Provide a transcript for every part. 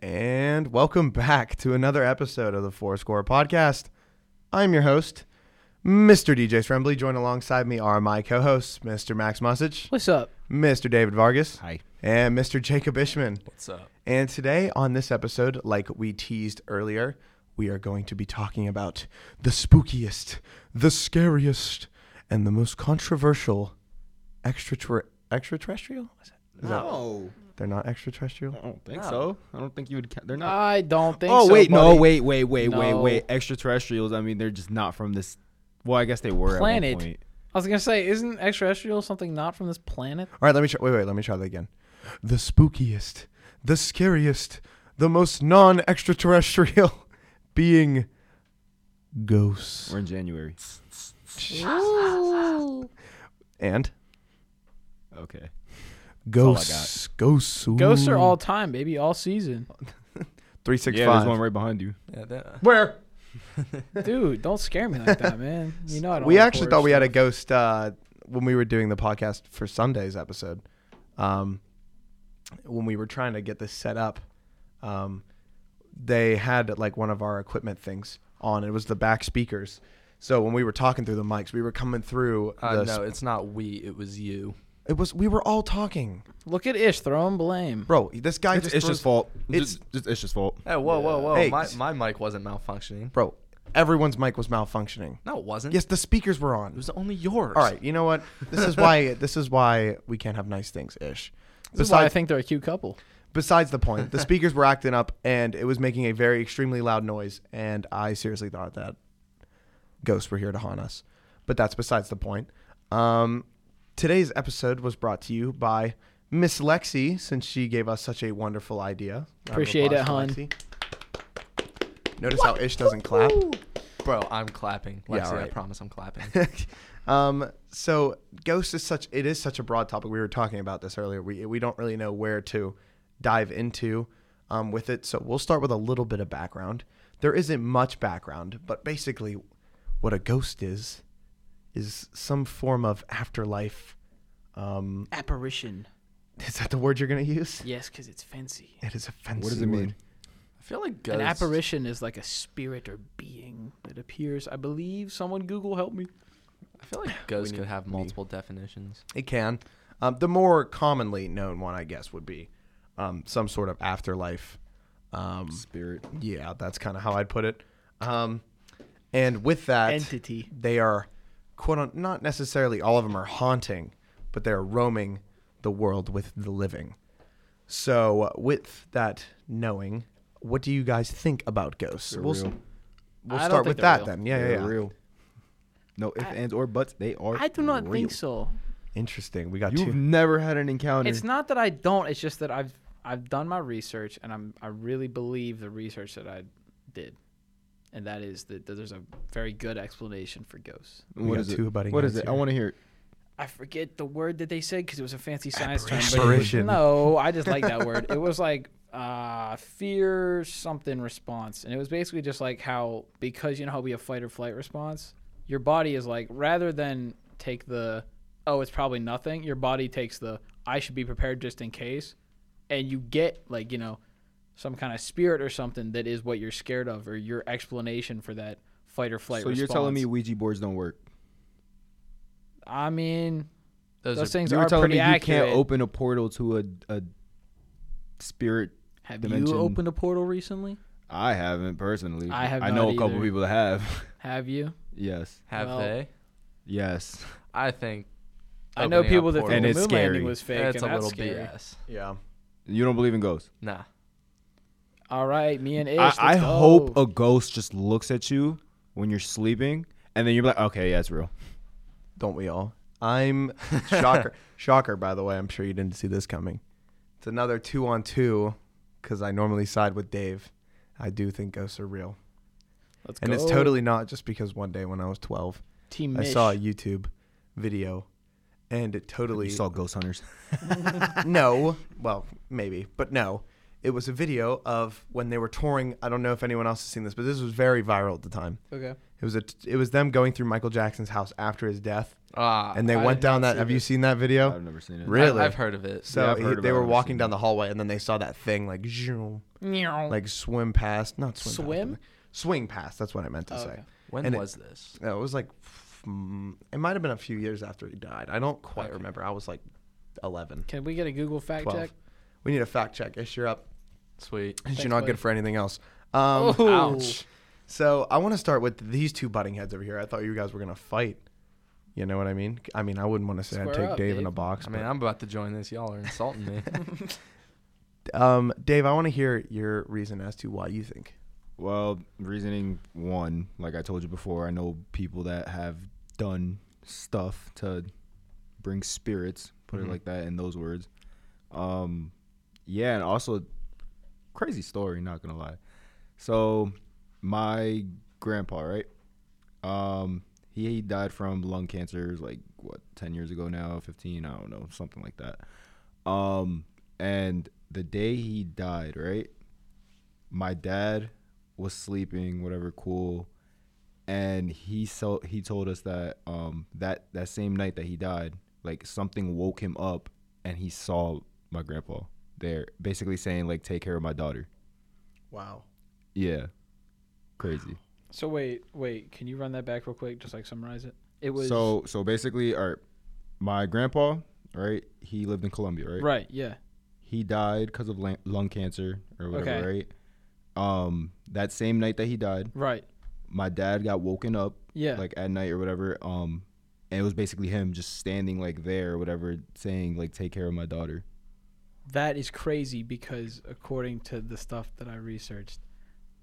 returned. Welcome back to another episode of the Four Score Podcast. I'm your host, Mr. DJ Srembly. Joined alongside me are my co hosts, Mr. Max Musich, What's up? Mr. David Vargas, Hi. and Mr. Jacob Ishman. What's up? And today on this episode, like we teased earlier, we are going to be talking about the spookiest, the scariest, and the most controversial extraterri- extraterrestrial. Is that- is that- No, they're not extraterrestrial. I don't think No. so. I don't think you would. Ca- they're not. I don't think. oh so, wait, no, buddy. wait, wait, wait, wait, No. wait. Extraterrestrials. I mean, they're just not from this. Well, I guess they were Planet. At one point. I was gonna say, isn't extraterrestrial something not from this planet? All right, let me try. Wait, wait, let me try that again. The spookiest, the scariest, the most non-extraterrestrial being ghosts. We're in January. And Okay. all I got. ghosts, ghosts, Ghosts are all time, baby, all season. three six yeah, five. there's one right behind you. Yeah, that- Where? Dude, don't scare me like that, man. You know I don't. we like actually horror thought we had a stuff. ghost uh, when we were doing the podcast for Sunday's episode. Um, when we were trying to get this set up, um, they had like one of our equipment things on. It was the back speakers. So when we were talking through the mics, we were coming through. Uh, the no, sp- it's not we. It was you. it was we were all talking, Look at Ish throwing blame. bro. This guy It's just Ish's throws- fault. it's- It's just Ish's fault. Hey, whoa, whoa, whoa! Hey. My my mic wasn't malfunctioning. bro. Everyone's mic was malfunctioning. No, it wasn't. Yes, the speakers were on. it was only yours. all right, you know what? This is why this is why we can't have nice things, ish. This is why I think they're a cute couple. besides the point, the speakers were acting up and it was making a very extremely loud noise. And I seriously thought that ghosts were here to haunt us. But that's besides the point. Um, today's episode was brought to you by Miss Lexi, since she gave us such a wonderful idea. Round of Appreciate it, applause for hun. Lexi. Notice how Ish doesn't clap. bro. I'm clapping. Yeah, Lexi, I alright. promise I'm clapping. um, so ghosts is such it is such a broad topic. We were talking about this earlier. We we don't really know where to dive into um, with it. So we'll start with a little bit of background. There isn't much background, but basically, what a ghost is is some form of afterlife. Um, Apparition. is that the word you're gonna use? Yes, because it's fancy. It is a fancy. What does it mean? word. I feel like An ghosts. apparition is like a spirit or being that appears. I believe someone Google help me. I feel like ghosts could have multiple definitions. It can. Um, the more commonly known one, I guess, would be um, some sort of afterlife. Um, Spirit. Yeah, that's kind of how I'd put it. Um, and with that, Entity. they are quote un- not necessarily all of them are haunting, but they're roaming the world with the living. So, uh, with that knowing, what do you guys think about ghosts? We'll, s- real. we'll I don't start think with they're that real. then. Yeah, yeah, They're yeah. real. No ifs, ands, or buts. They are. I do not real. think so. Interesting. We got You've two. never had an encounter. It's not that I don't. It's just that I've I've done my research and I'm I really believe the research that I did, and that is that there's a very good explanation for ghosts. we What got is it? two abutting What heads is it? I here. want to hear it. I forget the word that they said because it was a fancy science term. but it was- Apparition. No, I just like that word. It was like uh, fear something response, and it was basically just like how because you know how we have fight or flight response, your body is like rather than take the oh it's probably nothing, your body takes the I should be prepared just in case, and you get like you know some kind of spirit or something that is what you're scared of or your explanation for that fight or flight. so you're telling response. me Ouija boards don't work? I mean. Those, Those are things you were are telling pretty me accurate. you can't open a portal to a, a spirit. Have dimension. you opened a portal recently? I haven't personally. I have I not know a couple either. people that have. Have you? yes. have well, they? Yes. I think. I know opening up people that think portals- And the it's moon landing scary. was fake. That's and a that's little scary. BS. Yeah. You don't believe in ghosts. Nah. All right, me and Ish. I, let's I go. hope oh, a ghost just looks at you when you're sleeping, and then you're like, okay, yeah, it's real. Don't we all? I'm shocker. shocker, by the way. I'm sure you didn't see this coming. It's another two on two because I normally side with Dave. I do think ghosts are real. Let's And go. it's totally not just because one day when I was 12, team. I saw a YouTube video and it totally. You saw ghost hunters. no. Well, maybe, but no. It was a video of when they were touring. I don't know if anyone else has seen this, but this was very viral at the time. Okay. It was a t- it was them going through Michael Jackson's house after his death, Ah, and they I went did down not that. see Have you this. seen that video? I've never seen it. Really? I, have heard of it. So Yeah, I've he- heard about they it. were I've walking seen down it. the hallway, and then they saw that thing like zoom, like swim past, not swim, past, Swim? but swing past. That's what I meant to say. Oh, okay. when and it- was this? No, it was like mm, it might have been a few years after he died. I don't quite remember. I was like 11, Can we get a Google fact 12. check? We need a fact check. Ish, you're up. Sweet. Ish, Thanks, you're not buddy. good for anything else. Um, Oh. Ouch. So I want to start with these two butting heads over here. I thought you guys were gonna fight. You know what I mean? I mean, I wouldn't want to say I'd Square take up, Dave, in Dave. a box. I mean, I'm about to join this. Y'all are insulting me. but, um, Dave, I want to hear your reason as to why you think. Well, reasoning one, like I told you before, I know people that have done stuff to bring spirits, put Mhm. it like that in those words. Um, yeah, and also crazy story, not gonna lie. So my grandpa, right? Um, he, he died from lung cancer like what, ten years ago now, fifteen, I don't know, something like that. Um, and the day he died, right? My dad was sleeping, whatever, cool. And he so he told us that um that that same night that he died, like something woke him up and he saw my grandpa there, basically saying like take care of my daughter. Wow. Yeah. Crazy. So wait, wait. Can you run that back real quick? Just like summarize it. It was so so basically, all right, my grandpa, right? He lived in Colombia, right? right. Yeah. he died because of lan- lung cancer or whatever, Okay. right? Um, that same night that he died, Right. my dad got woken up Yeah. like at night or whatever. Um, and it was basically him just standing like there or whatever, saying like, "Take care of my daughter." That is crazy because according to the stuff that I researched,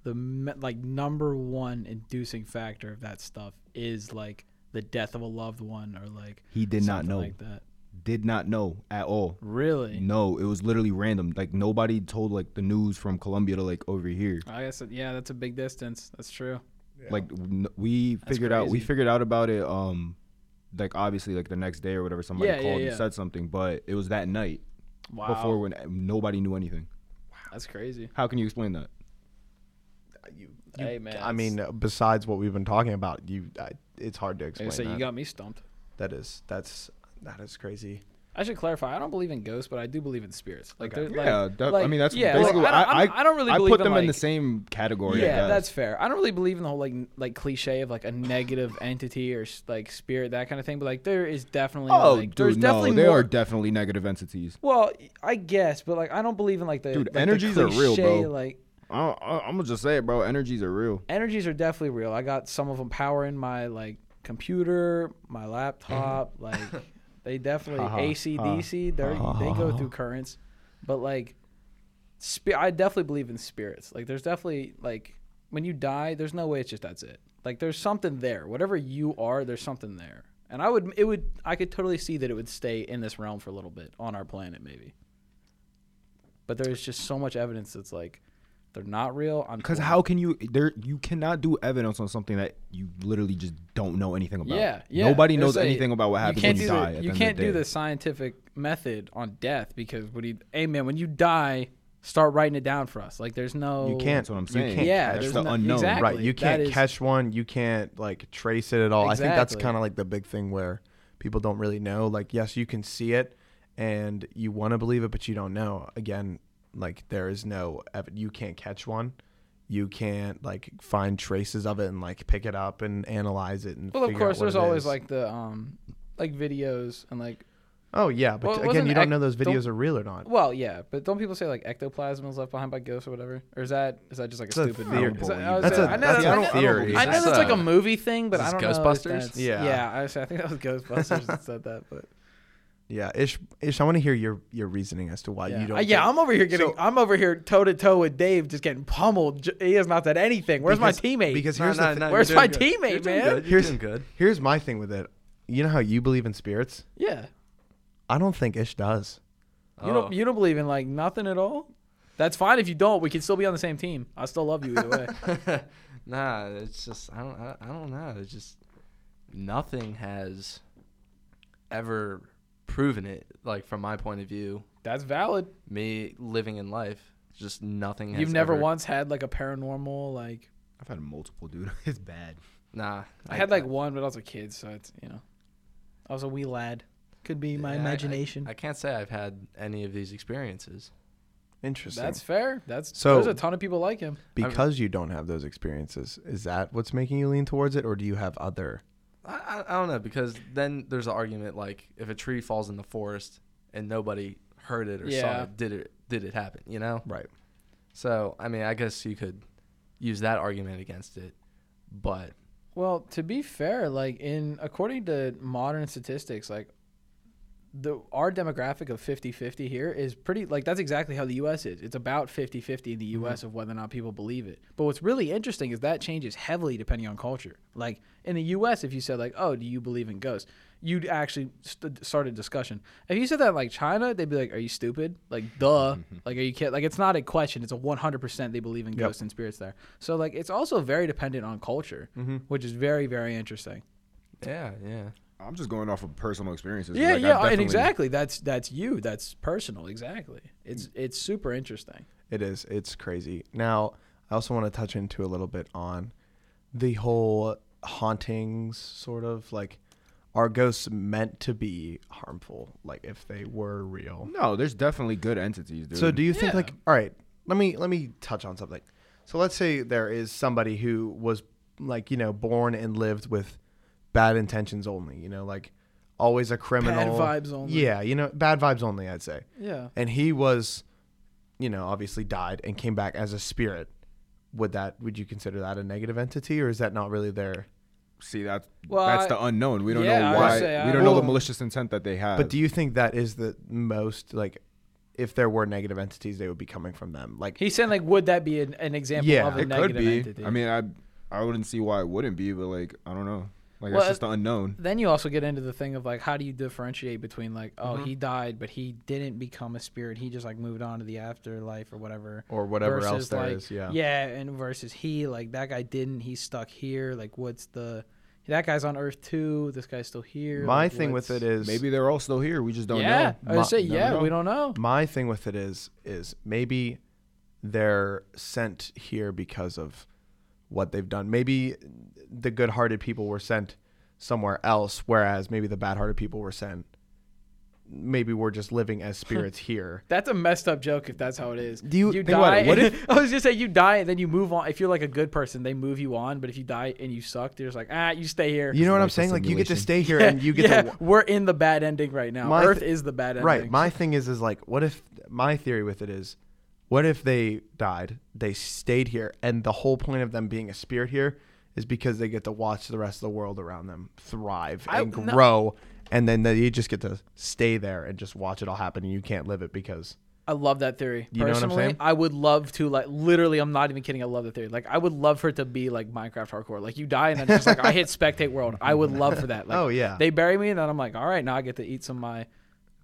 the me- like number one inducing factor of that stuff is like the death of a loved one or like He did not something know. like that. Did not know at all. Really? No, it was literally random. Like nobody told like the news from Colombia to like over here. I guess it, yeah, that's a big distance. That's true. Like n- we figured out, we crazy. figured out about it. Um, like obviously like the next day or whatever, somebody Yeah, yeah, called yeah. and said something, but it was that night. Wow. before when eh, nobody knew anything. that's crazy. How can you explain that? You, Hey, man, I that's- mean, besides what we've been talking about, you, I, it's hard to Like explain. I say, that. you got me stumped. that is that's that is crazy. I should clarify. I don't believe in ghosts, but I do believe in spirits. Like, Okay. there's yeah, like, that- I like- mean that's yeah, like, basically. I, don't, I, I, don't really I believe put them in the like- same category. I Yeah, guess. that's fair. I don't really believe in the whole like n- like cliche of like a negative entity or s- like spirit that kind of thing, but like there is definitely Oh, like, there's dude, no, definitely they more. are definitely negative entities. well, I guess, but like I don't believe in like the Dude, like, the energies are real, cliche, bro. Like I, I, I'm gonna just say it, bro. Energies are real. energies are definitely real. I got some of them powering my like computer, my laptop, Mm-hmm. like they definitely Ha ha, ACDC, they ha they ha go ha. through currents. But like spi- I definitely believe in spirits. Like there's definitely like when you die, there's no way it's just that's it. Like there's something there. Whatever you are, there's something there. And I would it would I could totally see that it would stay in this realm for a little bit on our planet maybe. But there's just so much evidence that's like they're not real. I'm Because torn. how can you there? You cannot do evidence on something that you literally just don't know anything about. Yeah, yeah. Nobody They knows say anything about what happens you can't when you do die. The, at you the can't end of do the the scientific method on death because when you, hey man, when you die, start writing it down for us. Like there's no, You can't. that's what I'm you saying. can't yeah, catch there's the no, unknown. exactly. Right. You That can't is- catch one. You can't like trace it at all. I think that's Exactly. kind of like the big thing where people don't really know. Like, yes, you can see it and you want to believe it, but you don't know. Again, like there is no, ev- you can't catch one. You can't like find traces of it and like pick it up and analyze it and. Well, of figure out course, what there's it always is. like the um, like videos and like Oh yeah, Well, but again, wasn't you don't ec- know those don't- videos are real or not. well, yeah, but don't people say like ectoplasm is left behind by ghosts or whatever? Or is that is that just like a It's a stupid theory. Is that- I I was That's saying- a- I know that's I a know- theory. I know that's That's like a- a movie thing, but is I don't this know. if Ghostbusters? that's- Yeah. yeah. I, was- I think that was Ghostbusters that said that, but Yeah, Ish, Ish, I want to hear your your reasoning as to why Yeah, you don't. Uh, yeah think- I'm over here getting, So- I'm over here toe to toe with Dave, just getting pummeled. J- He has not done anything. Where's Because- my teammate? Because No, here's no, the thi- no, you're Where's doing my good. teammate, You're doing man? Good. You're Here's- doing good. here's my thing with it. You know how you believe in spirits? yeah, I don't think Ish does. you Oh. don't, you don't believe in like nothing at all. That's fine if you don't. We can still be on the same team. I still love you either way. nah, it's just I don't I, I don't know. It's just nothing has ever proven it. Like from my point of view, That's valid. me living in life Just nothing. Has You've never ever- once had like a paranormal like. I've had multiple, dude. it's bad. Nah, I had like one, but I was a kid, so it's you know, I was a wee lad. Could be my Yeah, I- I- imagination. I can't say I've had any of these experiences. Interesting. That's fair. That's So- there's a ton of people like him. because you don't have those experiences, is that what's making you lean towards it, or do you have other? I, I, I don't know because then there's the argument like if a tree falls in the forest and nobody heard it or saw Yeah. it, did it did it happen? You know. Right. So I mean, I guess you could use that argument against it, but Well, to be fair, like in according to modern statistics, like the our demographic of 50-50 here is pretty like that's exactly how the US is. It's about 50-50 in the US of whether or not people believe it. But what's really interesting is that changes heavily depending on culture. Like in the US if you said like, "Oh, do you believe in ghosts?" you'd actually st- start a discussion. If you said that in, like China, they'd be like, "Are you stupid?" Like, "Duh." like, "Are you kidding?" Like it's not a question, it's a 100% they believe in Yep. ghosts and spirits there. So like it's also very dependent on culture, which is very very interesting. yeah, yeah. I'm just going off of personal experiences. Yeah, Like, I yeah, and definitely- exactly. That's that's you. That's personal. Exactly. It's it's super interesting. It is. It's crazy. Now, I also want to touch into a little bit on the whole hauntings, sort of like, are ghosts meant to be harmful? Like, if they were real? No, there's definitely good entities, dude. So do you think Yeah. like all right, let me let me touch on something. So let's say there is somebody who was like, you know, born and lived with bad intentions only, you know, like always a criminal. vibes only. Yeah, you know, bad vibes only, I'd say. Yeah. And he was you know, obviously died and came back as a spirit. Would that would you consider that a negative entity or is that not really there? see that Well, that's I- the unknown. We don't yeah, I know would why. say we I- don't know Well- the malicious intent that they have. But do you think that is the most like if there were negative entities they would be coming from them? Like He's saying like, would that be an, an example Yeah. of a It it negative could be. entity? I mean, I I wouldn't see why it wouldn't be, but like I don't know. Like Well, that's just the unknown. then you also get into the thing of like, how do you differentiate between like, oh, he died, but he didn't become a spirit. He just like moved on to the afterlife or whatever. or whatever else versus, there is. like, yeah. Yeah, and versus he like that guy didn't. He's stuck here. Like, what's the that guy's on Earth too. This guy's still here. My like, thing with what's- it is Maybe they're all still here. We just don't yeah, know. I would say Never yeah. know. We don't know. my thing with it is is maybe they're sent here because of what they've done. Maybe the good-hearted people were sent somewhere else, whereas maybe the bad-hearted people were sent. Maybe we're just living as spirits here. That's a messed up joke if that's how it is. Do you- think about die? it, what I was just saying you die and then you move on. If you're like a good person, they move you on. But if you die and you suck, they're just like ah, you stay here. You know what I'm Like the saying? Like you get to simulation. stay here and you get yeah, to we're in the bad ending right now. My Earth th- is the bad ending. Right. My thing is is like what if my theory with it is what if they died, they stayed here and the whole point of them being a spirit here is because they get to watch the rest of the world around them thrive I- and no. grow and then they, you just get to stay there and just watch it all happen and you can't live it because I love that theory. You know what I'm Personally, saying? I would love to like literally. I'm not even kidding. I love the theory. Like I would love for it to be like Minecraft hardcore. Like you die and then it's just like I hit spectate world. I would love for that. Like, Oh, yeah. They bury me and then I'm like, all right, now I get to eat some of my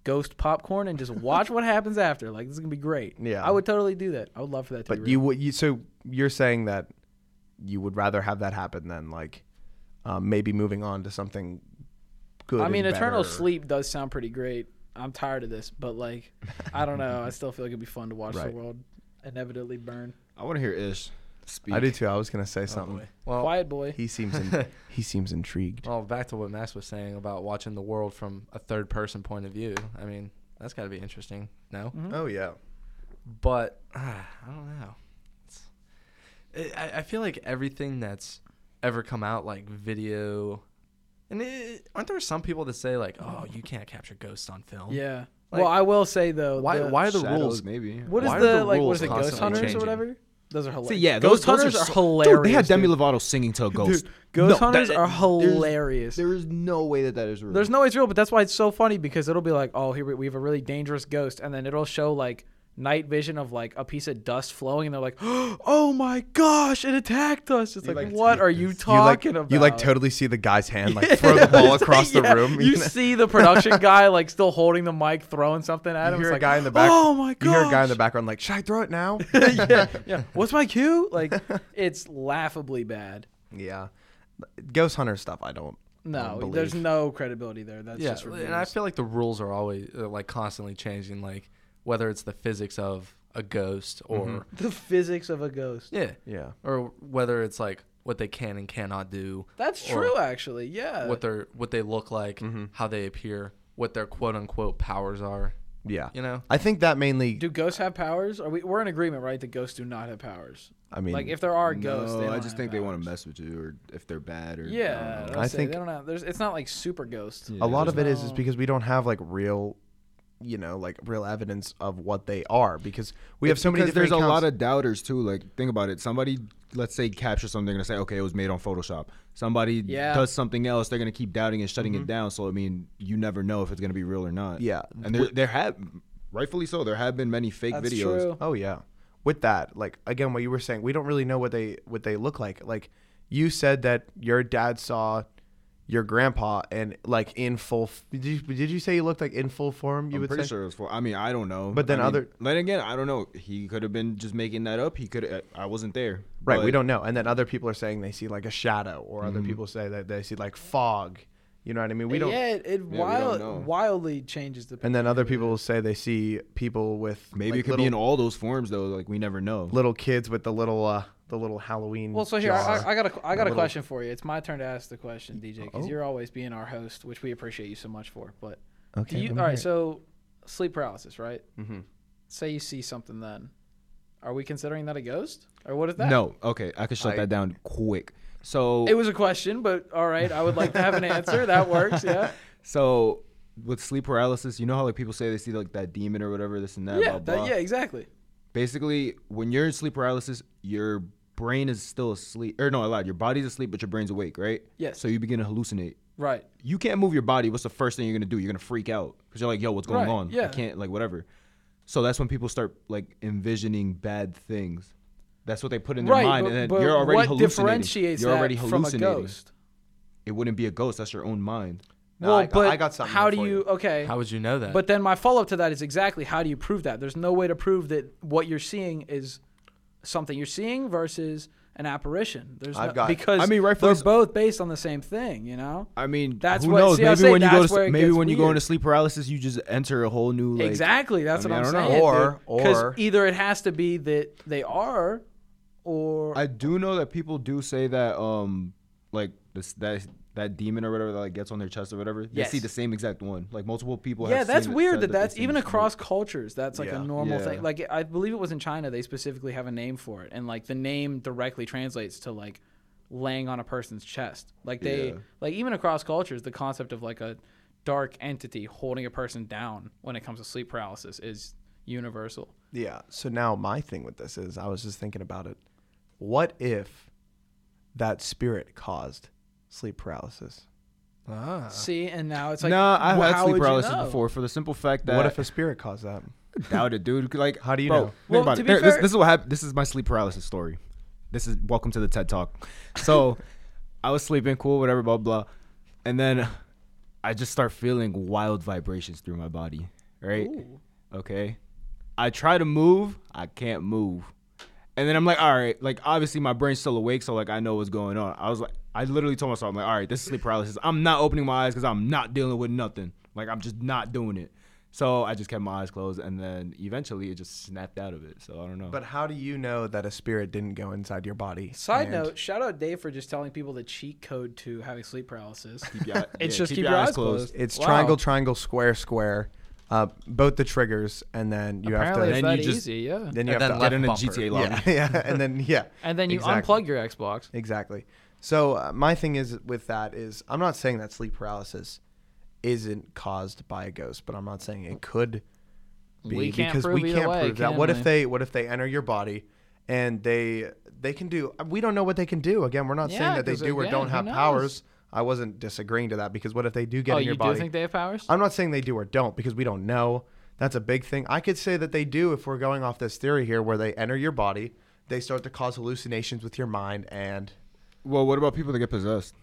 ghost popcorn and just watch what happens after. Like this is gonna be great. Yeah. I would totally do that. I would love for that. To but be you real. would you so you're saying that you would rather have that happen than like um, maybe moving on to something good. I mean, and Eternal better. Sleep does sound pretty great. I'm tired of this, but like, I don't know. I still feel like it'd be fun to watch the Right. world inevitably burn. I want to hear Ish speak. I do too. I was gonna say something. Um, Well, Quiet Oh, boy. he seems in, he seems intrigued. well, back to what Max was saying about watching the world from a third person point of view. I mean, that's got to be interesting. No, Mm-hmm. Oh yeah. but ah, I don't know. It's, I- I, I feel like everything that's ever come out, like video, and it, aren't there some people that say like, "Oh, you can't capture ghosts on film"? yeah. Like- well, I will say though. Why? the- why are the Shadows, rules? Maybe. What is Why are the, the like? What rules is it? Ghost constantly hunters changing? or whatever? Those are hilarious. So, yeah, ghost those, those hunters are, so- hilarious. Dude, they had Demi dude. Lovato singing to a ghost. Ghost No, hunters that- are there's- hilarious. There's, There is no way that that is real. no way it's real, but that's why it's so funny because it'll be like, oh, here we, we have a really dangerous ghost, and then it'll show like night vision of like a piece of dust flowing, and they're like, oh my gosh, it attacked us. It's like, like, what take are you this. You like, talking about? you like totally see the guy's hand like throw the ball across Yeah, the room. You know? see the production guy like still holding the mic, throwing something at You him. hear a it's like, guy in the back. Oh my god! You hear a guy in the background like, should I throw it now? yeah, yeah. What's my cue? Like, it's laughably bad. yeah. Ghost hunter stuff. I don't. I don't No, believe. there's no credibility there. That's yeah, just and I ridiculous. feel like the rules are always uh, like constantly changing, like whether it's the physics of a ghost or The physics of a ghost. yeah, Yeah. or whether it's like what they can and cannot do, That's Or true, actually. Yeah. what they're what they look like, how they appear, what their quote unquote powers are. Yeah. You know, I think that mainly. do ghosts have powers? Are we? We're in agreement, right? That ghosts do not have powers. I mean, like if there are ghosts, no, they I don't just have think they want powers. to mess with you, or if they're bad, or Yeah, I I, don't would know. I say think- they don't have. There's, it's not like super ghosts. a lot There's of it is is no- because we don't have like real, you know, like real evidence of what they are because we have so many. because there's different a lot accounts- of doubters too. Like think about it. Somebody, let's say, captures something, they're gonna say, okay, it was made on Photoshop. Somebody Yeah. Mm-hmm. does something else, they're gonna keep doubting and shutting it down. So I mean, you never know if it's gonna be real or not. Yeah. and there, there have, rightfully so, there have been many fake That's videos. true. Oh yeah. With that, like again, what you were saying, we don't really know what they what they look like. Like you said that your dad saw your grandpa and like in full. f- Did you, did you say he looked like in full form? You I'm would pretty say. sure it was for. I mean, I don't know. But then I mean, other- Then again, I don't know. He could have been just making that up. He could. I wasn't there. Right, we But- Mm-hmm. don't know. And then other people are saying they see like a shadow, or other people say that they see like fog. You know what I mean? We don't. Yeah, it, it we wild, don't know. wildly changes the. And then other people will say they see people with Maybe like, it could little, be in all those forms though. Like we never know. little kids with the little uh the little Halloween. Well, so here I, jar. I- I got a I got a little- question for you. It's my turn to ask the question, DJ, because Oh. you're always being our host, which we appreciate you so much for. But Okay, do let you all me hear right? it. So sleep paralysis, right? Mm-hmm. Mhm. Say you see something, then are we considering that a ghost, or what is that? No. Okay, I could shut I- that down quick. So It was a question, but all right, I would like to have an answer. That works, yeah. So with sleep paralysis, you know how like people say they see like that demon or whatever, this and that, Yeah, blah blah. that, yeah, exactly. Basically, when you're in sleep paralysis, your brain is still asleep, or no, I lied. Your body's asleep, but your brain's awake, right? Yes. So you begin to hallucinate. Right. You can't move your body. What's the first thing you're gonna do? You're gonna freak out because you're like, "Yo, what's going Right, on? I yeah. can't like whatever." So that's when people start like envisioning bad things. That's what they put in their right. mind, but, and then but you're already what hallucinating. differentiates you're that already from a hallucinating. ghost? It wouldn't be a ghost. That's your own mind. No, I got- I got something how here do for you? you. Okay. how would you know that? But then my follow up to that is exactly how do you prove that? There's no way to prove that what you're seeing is something you're seeing versus an apparition. There's I've no, got- because I mean, rightfully they're so- both based on the same thing, you know? I mean, That's who what- knows? see, I maybe say when you that's go where to, it maybe gets when you go weird. into sleep paralysis, you just enter a whole new like, exactly. That's I mean, what I I'm don't know. saying. Or- dude. 'Cause or- either it has to be that they are, or I do know that people do say that um like this that that demon or whatever that like gets on their chest or whatever they Yes. see the same exact one. Like multiple people. yeah, have that's seen it, weird said that they that's seen even the same across cultures. That's like Yeah. a normal Yeah. thing. Like I believe it was in China they specifically have a name for it, and like the name directly translates to like laying on a person's chest. Like they Yeah. like even across cultures, the concept of like a dark entity holding a person down when it comes to sleep paralysis is universal. Yeah. So now my thing with this is I was just thinking about it. What if that spirit caused sleep paralysis? ah. See, and now it's one. like nah, I've wh- Uh-huh. had how sleep would you paralysis know? before for the simple fact that what if a spirit caused that? doubt it, dude. Like, How do you bro, know? think Well, about to it. be There- this, fair- this is what happened. This is my sleep paralysis story. This is welcome to the TED Talk. So, I was sleeping, cool, whatever, blah blah, and then I just start feeling wild vibrations through my body. Right? Ooh. Okay. I try to move. I can't move. And then I'm like, all right, like obviously my brain's still awake, so like I know what's going on. I was like, I literally told myself, I'm like, all right, this is sleep paralysis. I'm not opening my eyes because I'm not dealing with nothing. Like I'm just not doing it. So I just kept my eyes closed, and then eventually it just snapped out of it. So I don't know. But how do you know that a spirit didn't go inside your body? Side and- note, shout out Dave for just telling people the cheat code to having sleep paralysis. Keep your eye- It's yeah, just keep your eyes closed. It's Wow. triangle, triangle, square, square. Uh, both the triggers, and then you Apparently have it's to. Then that you just- easy, yeah. Then you and have then to left Get in a bumper. GTA lobby. Yeah, yeah, and then yeah, And then you Exactly. unplug your Xbox. exactly. So uh, my thing is with that is I'm not saying that sleep paralysis isn't caused by a ghost, but I'm not saying it could be We can't because prove we either can't way, prove that. can What we? if they what if they enter your body and they they can do we don't know what they can do. Again, we're not saying Yeah, that they 'cause do or again, don't who have knows? powers. I wasn't disagreeing to that because what if they do get oh, in your you body? do think they have powers? I'm not saying they do or don't because we don't know. That's a big thing. I could say that they do if we're going off this theory here where they enter your body, they start to cause hallucinations with your mind, and Well, what about people that get possessed?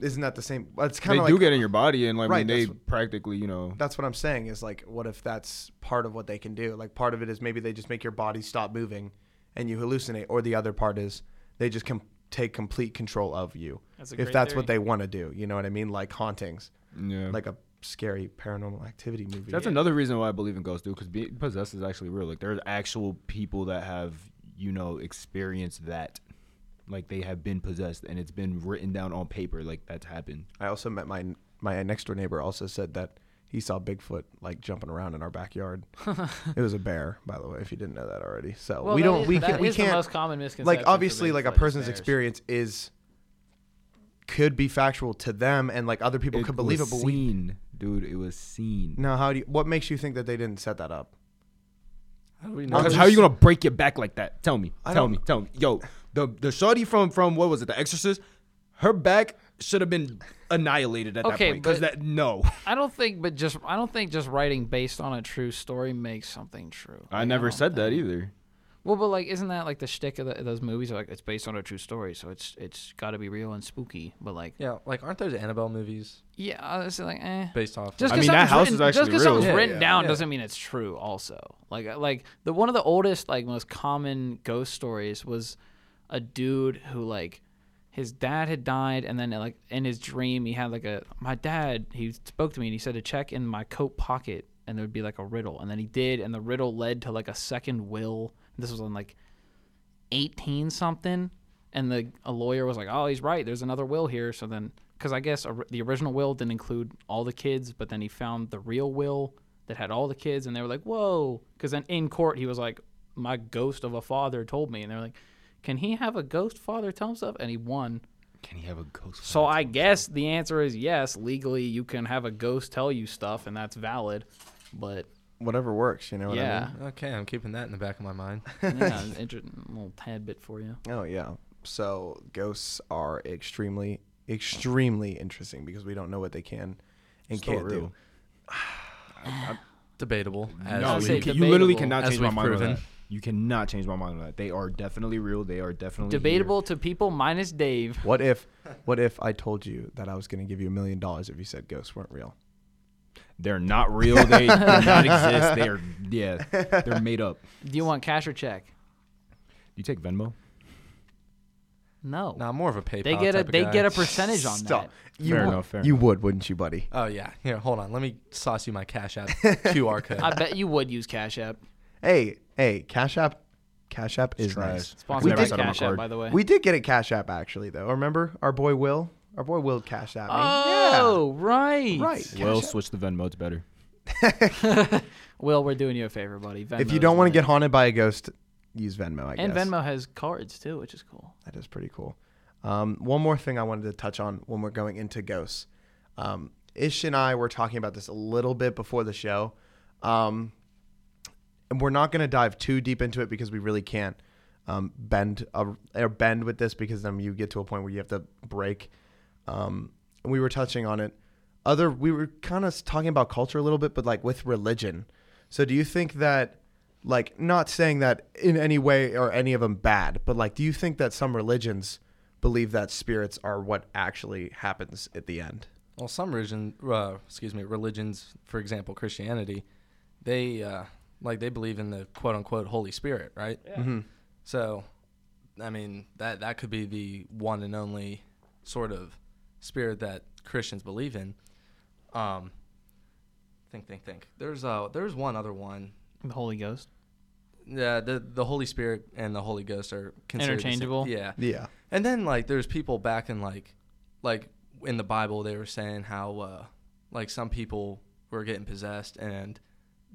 isn't that the same? It's They kind of like do get in your body, and like Right, when they that's what- practically, you know, that's what I'm saying is like, what if that's part of what they can do? Like, part of it is maybe they just make your body stop moving and you hallucinate, or the other part is they just com- take complete control of you That's a if great that's what theory. they want to do. You know what I mean? Like hauntings, yeah. like a scary paranormal activity movie. That's another reason why I believe in ghosts, dude. Because being possessed is actually real. Like there's actual people that have you know experienced that, like they have been possessed and it's been written down on paper. Like that's happened. I also met my my next door neighbor. Also said that he saw Bigfoot like jumping around in our backyard. it was a bear, by the way, if you didn't know that already. So Well, we that don't is- we that can't we is the can't most common misconception like for obviously like a Bigfoot is person's bears. experience is could be factual to them and like other people could believe it, was but we seen, dude. It was seen. now how do you, what makes you think that they didn't set that up? How do we know? Because just- how you gonna break your back like that? Tell me. I tell don't- me. Tell me. Yo, the the shorty from from what was it? The Exorcist. Her back should have been annihilated at Okay, that point. Because but- that no. I don't think, but just I don't think just writing based on a true story makes something true. Like, don't think- either. Well, but like, isn't that like the shtick of, the, of those movies? Like, it's based on a true story, so it's it's got to be real and spooky. But like, yeah, like aren't those Annabelle movies yeah, I was like, eh. based off? Just I because mean, that house written, is actually just 'cause real. something's Yeah, written yeah, down yeah. doesn't mean it's true. Also, like uh, like the one of the oldest like most common ghost stories was a dude who like his dad had died and then like in his dream he had like a my dad he spoke to me and he said to check in my coat pocket and there would be like a riddle and then he did and the riddle led to like a second will this was on like 18 something and the a lawyer was like oh he's right there's another will here so then because i guess or- the original will didn't include all the kids but then he found the real will that had all the kids and they were like whoa because then in court he was like my ghost of a father told me and they were like can he have a ghost father tell himself and he won Can he have a ghost? so i guess the answer is yes legally you can have a ghost tell you stuff and that's valid but Whatever works, you know what yeah, okay, I'm keeping that in the back of my mind. yeah inter- little tad bit for you I mean? Oh yeah. So ghosts are extremely extremely interesting because we don't know what they can and Still can't real. do. Debatable. as no, I'd we- say you, can- you debatable. literally cannot As change my we've mind on proven. that. You cannot change my mind on that. They are definitely real. They are definitely here. debatable to people minus dave What if what if I told you that I was going to give you a million dollars if you said ghosts weren't real? They're not real. They do not exist. They are yeah. They're made up. Do you want cash or check? You take Venmo. No. Nah, I'm more of a PayPal. they get a type of they guy. get a percentage on Stop. You Fair would, enough, fair you would, wouldn't you, buddy? Oh yeah. Here, hold on. Let me sauce you my Cash App QR code. that. I bet you would use Cash App. Hey, hey, Cash App, Cash App is trash. nice. I've Sponsored never by set up a Cash App, card. by the way. We did get a Cash App actually, though. Remember our boy Will? Our boy Will Cash App. me. oh, right. yeah, right. Cash Well, App. switch to Venmo. It's better. Will, we're doing you a favor, buddy. Venmo if you don't want to to get haunted by a ghost, use Venmo. I and guess Venmo has cards too, which is cool. that is pretty cool. Um, one more thing I wanted to touch on when we're going into ghosts. Um, Ish and I were talking about this a little bit before the show. Um, and we're not going to dive too deep into it because we really can't um, bend uh, or bend with this because then you get to a point where you have to break. Um, and we were touching on it. Other, we were kind of talking about culture a little bit, but like with religion. So, do you think that, like, not saying that in any way or any of them bad, but like, do you think that some religions believe that spirits are what actually happens at the end? Well, some religion, uh, excuse me, religions, for example, Christianity, they uh, like they believe in the quote unquote Holy Spirit, right? So, I mean that that could be the one and only sort of spirit that Christians believe in. Um, think, think, think. There's uh, there's one other one. The Holy Ghost. Yeah, the the Holy Spirit and the Holy Ghost are considered the same- Interchangeable? Yeah, Yeah. and then like there's people back in like like in the Bible they were saying how uh like some people were getting possessed and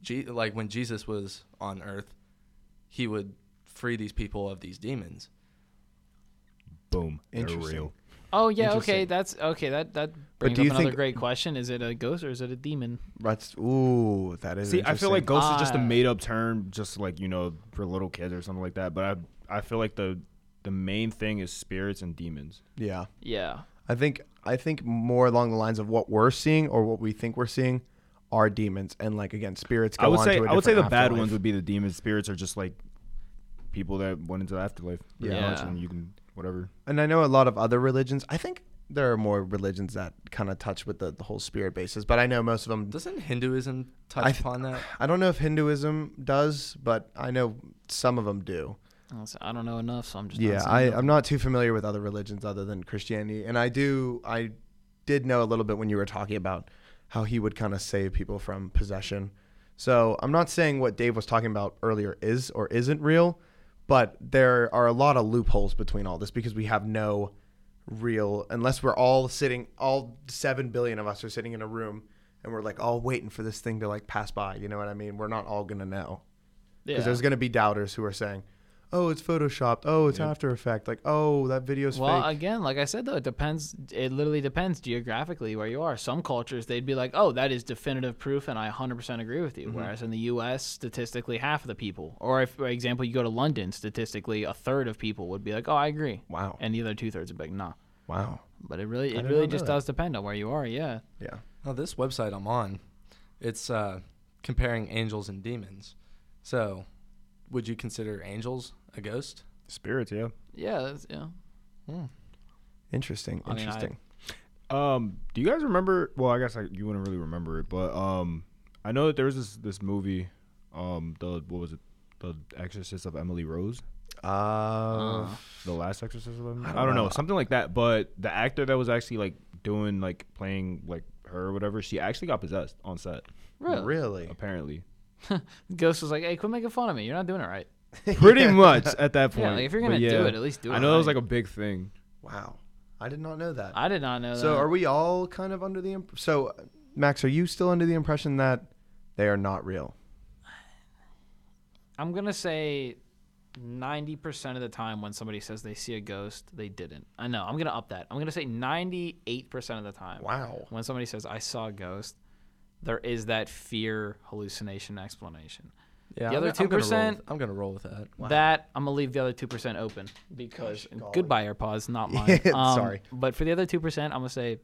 Je- like when Jesus was on earth he would free these people of these demons. Boom. They're Interesting. real. Oh yeah, okay. Interesting. That's okay. That that brings do up you another think- great question. Is it a ghost or is it a demon? That's ooh, that is. See, I feel interesting. like ghost is just a Ah. made up term, just like you know, for little kids or something like that. But I, I feel like the the main thing is spirits and demons. yeah. Yeah. I think I think more along the lines of what we're seeing or what we think we're seeing are demons and like again spirits. Go I would on say, to a I would say the different bad afterlife. ones would be the demons. Spirits are just like people that went into the afterlife. pretty Yeah. much, and you can whatever. And I know a lot of other religions. I think there are more religions that kind of touch with the, the whole spirit basis, but I know most of them. Doesn't Hinduism touch I th- upon that? I don't know if Hinduism does, but I know some of them do. That's- I don't know enough, so I'm just Yeah, Not I, saying no. I'm not too familiar with other religions other than Christianity, and I do I did know a little bit when you were talking about how he would kind of save people from possession. So I'm not saying what Dave was talking about earlier is or isn't real, but there are a lot of loopholes between all this because we have no real unless we're all sitting all 7 billion of us are sitting in a room and we're like all waiting for this thing to like pass by, you know what I mean? We're not all going to know. Because Yeah. there's going to be doubters who are saying, "Oh, it's photoshopped. Oh, it's After Effect. Like, oh, that video's Well, fake." again, like I said though, it depends. It literally depends geographically where you are. Some cultures they'd be like, "Oh, that is definitive proof," and I 100% agree with Mm-hmm. you. Whereas in the U.S., statistically, half of the people, or if, for example, you go to London, statistically, a third of people would be like, "Oh, I agree," wow. and the other two thirds would be like, "Nah." Wow. But it really, it did really not know just that. does depend on where you are. Yeah. Yeah. Now Oh, this website I'm on, it's uh, comparing angels and demons. So, would you consider angels a ghost? Spirits, yeah. Yeah. That's, yeah. Interesting. I mean, I- Interesting. Um, do you guys remember? Well, I guess like, you wouldn't really remember it, but um, I know that there was this this movie, um, the what was it, The Exorcist of Emily Rose, uh, the last Exorcist of Emily. I don't don't, know. know. something like that. But the actor that was actually like doing like playing like her or whatever, she actually got possessed on set. Really? really? Apparently, Ghost was like, "Hey, quit making fun of me. You're not doing it right." pretty much at that point. Yeah, like, if you're But gonna do yeah, it, at least do it I know that was right. like a big thing. Wow. I did not know that. I did not know so, that. are we all kind of under the imp- So, Max, are you still under the impression that they are not real? I'm gonna say ninety percent of the time when somebody says they see a ghost, they didn't. I know. I'm gonna up that. I'm gonna say ninety-eight percent of the time. Wow. When somebody says I saw a ghost, there is that fear hallucination explanation. Yeah. The other I'm, gonna- I'm gonna roll 2%? with- I'm gonna roll with that. That I'm gonna leave the other two percent open because golly. goodbye AirPods, not mine. Yeah, Um, sorry. But for the other two percent, I'm gonna say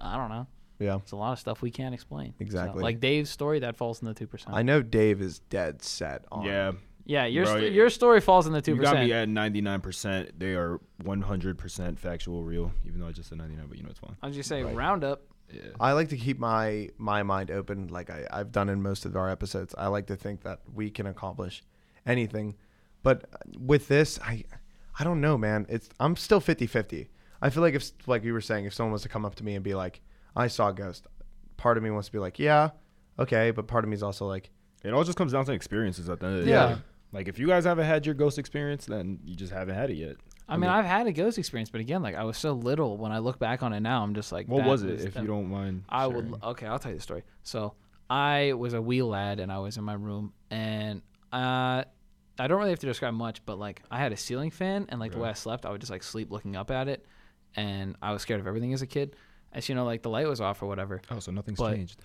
I don't know. Yeah. It's a lot of stuff we can't explain. So, Exactly. like Dave's story, that falls in the two percent. I know Dave is dead set on. Yeah, Yeah, your Bro, st- it- your story falls in the two you got percent. me at ninety nine percent. They are one hundred percent factual, real. Even though I just said ninety nine, but you know it's fine. I'm just saying roundup. I like to keep my my mind open, like I, I've done in most of our episodes. I like to think that we can accomplish anything, but uh, with this, I I don't know, man. It's I'm still 50-50. I feel like if like you were saying, if someone was to come up to me and be like, "I saw a ghost," part of me wants to be like, "Yeah, okay," but part of me is also like, It all just comes down to experiences at the end of the Yeah. day. Like if you guys haven't had your ghost experience, then you just haven't had it yet. I mean, I've had a ghost experience, but again, like I was so little. When I look back on it now, I'm just like, What that was it, if the- you don't mind? I would. sharing? Okay, I'll tell you the story. So I was a wee lad, and I was in my room, and uh, I don't really have to describe much, but like I had a ceiling fan, and like the way I slept, I would just like sleep looking up at it, and I was scared of everything as a kid. As you know, like the light was off or whatever. Oh, so nothing's But- changed.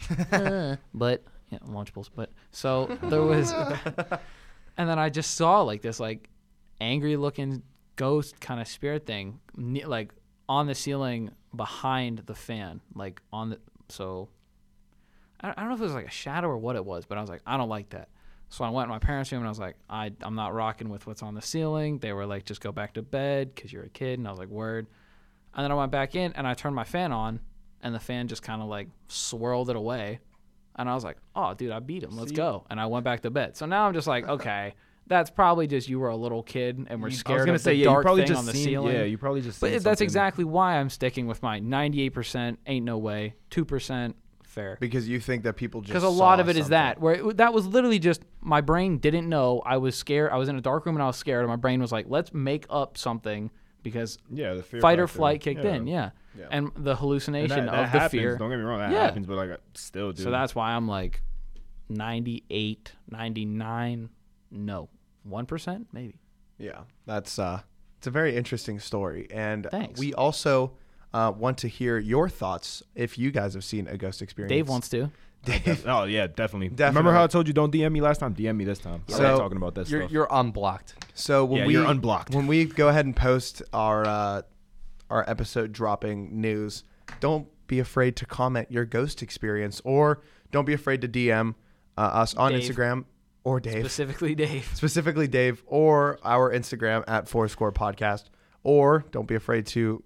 but yeah, Lunchables. But so there was, and then I just saw like this like angry looking ghost kind of spirit thing ne- like on the ceiling behind the fan, like on the so. I I don't know if it was like a shadow or what it was, but I was like, I don't like that. So I went in my parents' room and I was like, I, I'm not rocking with what's on the ceiling. They were like, just go back to bed because you're a kid. And I was like, word. And then I went back in and I turned my fan on and the fan just kind of like swirled it away. And I was like, oh, dude, I beat him. Let's go. And I went back to bed. So now I'm just like, okay, that's probably just you were a little kid and we're I was scared gonna of say the yeah, you dark probably thing just on the seen, ceiling. Yeah, you probably just. But seen it- that's something. exactly why I'm sticking with my 98% ain't no way, 2% fair. because you think that people just Because a lot of it is that, where it, that was literally just my brain didn't know. I was scared. I was in a dark room and I was scared. And my brain was like, let's make up something because Yeah, the fear fight or factor. flight kicked in. Yeah. And the And hallucination that, that of the happens. fear. Don't get me wrong, that Yeah. happens, but like still, dude. So that's why I'm like 98, 99, no. 1%? Maybe. Yeah, that's uh, it's a very interesting story, and Thanks. we also uh, want to hear your thoughts if you guys have seen a ghost experience. Dave wants to. Dave, Oh yeah, definitely. Definitely. Remember how I told you don't DM me last time? DM me this time. So- So talking about that You're stuff. you're unblocked. so when Yeah, we you're unblocked. when we go ahead and post our uh, our episode dropping news, don't be afraid to comment your ghost experience, or don't be afraid to DM uh, us on Dave. Instagram or Dave. Specifically, Dave. specifically Dave or our Instagram at Fourscore Podcast. Or don't be afraid to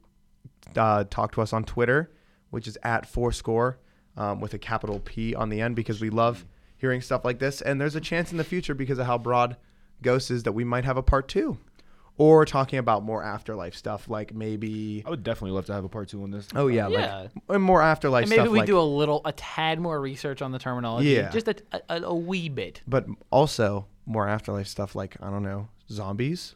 uh, talk to us on Twitter, which is at Fourscore um, with a capital P on the end because we love hearing stuff like this. And there's a chance in the future because of how broad Ghost is that we might have a part two or talking about more afterlife stuff, like maybe. I would definitely love to have a part two on this. Oh yeah, Yeah. like and more afterlife And maybe stuff. we like, do a little, a tad more research on the terminology. Yeah. Just a, a, a- a wee bit. but also more afterlife stuff, like I don't know, zombies.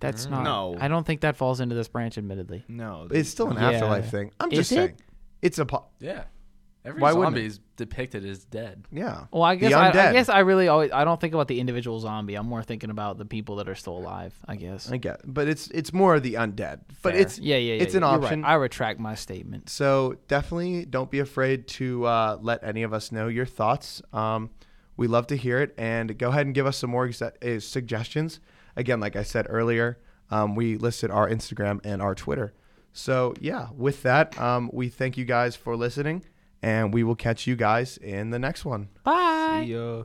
That's not. No. I don't think that falls into this branch, admittedly. No, It's still an Yeah. afterlife thing. I'm Is just it? saying, it's a po- Yeah. Every Why wouldn't zombie is depicted as dead. yeah. Well, I The guess I, I undead. guess I really always I don't think about the individual zombie. I'm more thinking about the people that are still alive. I guess. I get, but it's it's more the undead. But Fair. it's yeah, yeah, yeah. it's an you're right. option. I retract my statement. So definitely don't be afraid to uh, let any of us know your thoughts. Um, we love to hear it, and go ahead and give us some more exa- uh, suggestions. Again, like I said earlier, um, we listed our Instagram and our Twitter. So yeah, with that, um, we thank you guys for listening, and we will catch you guys in the uh, next one. Bye. See ya.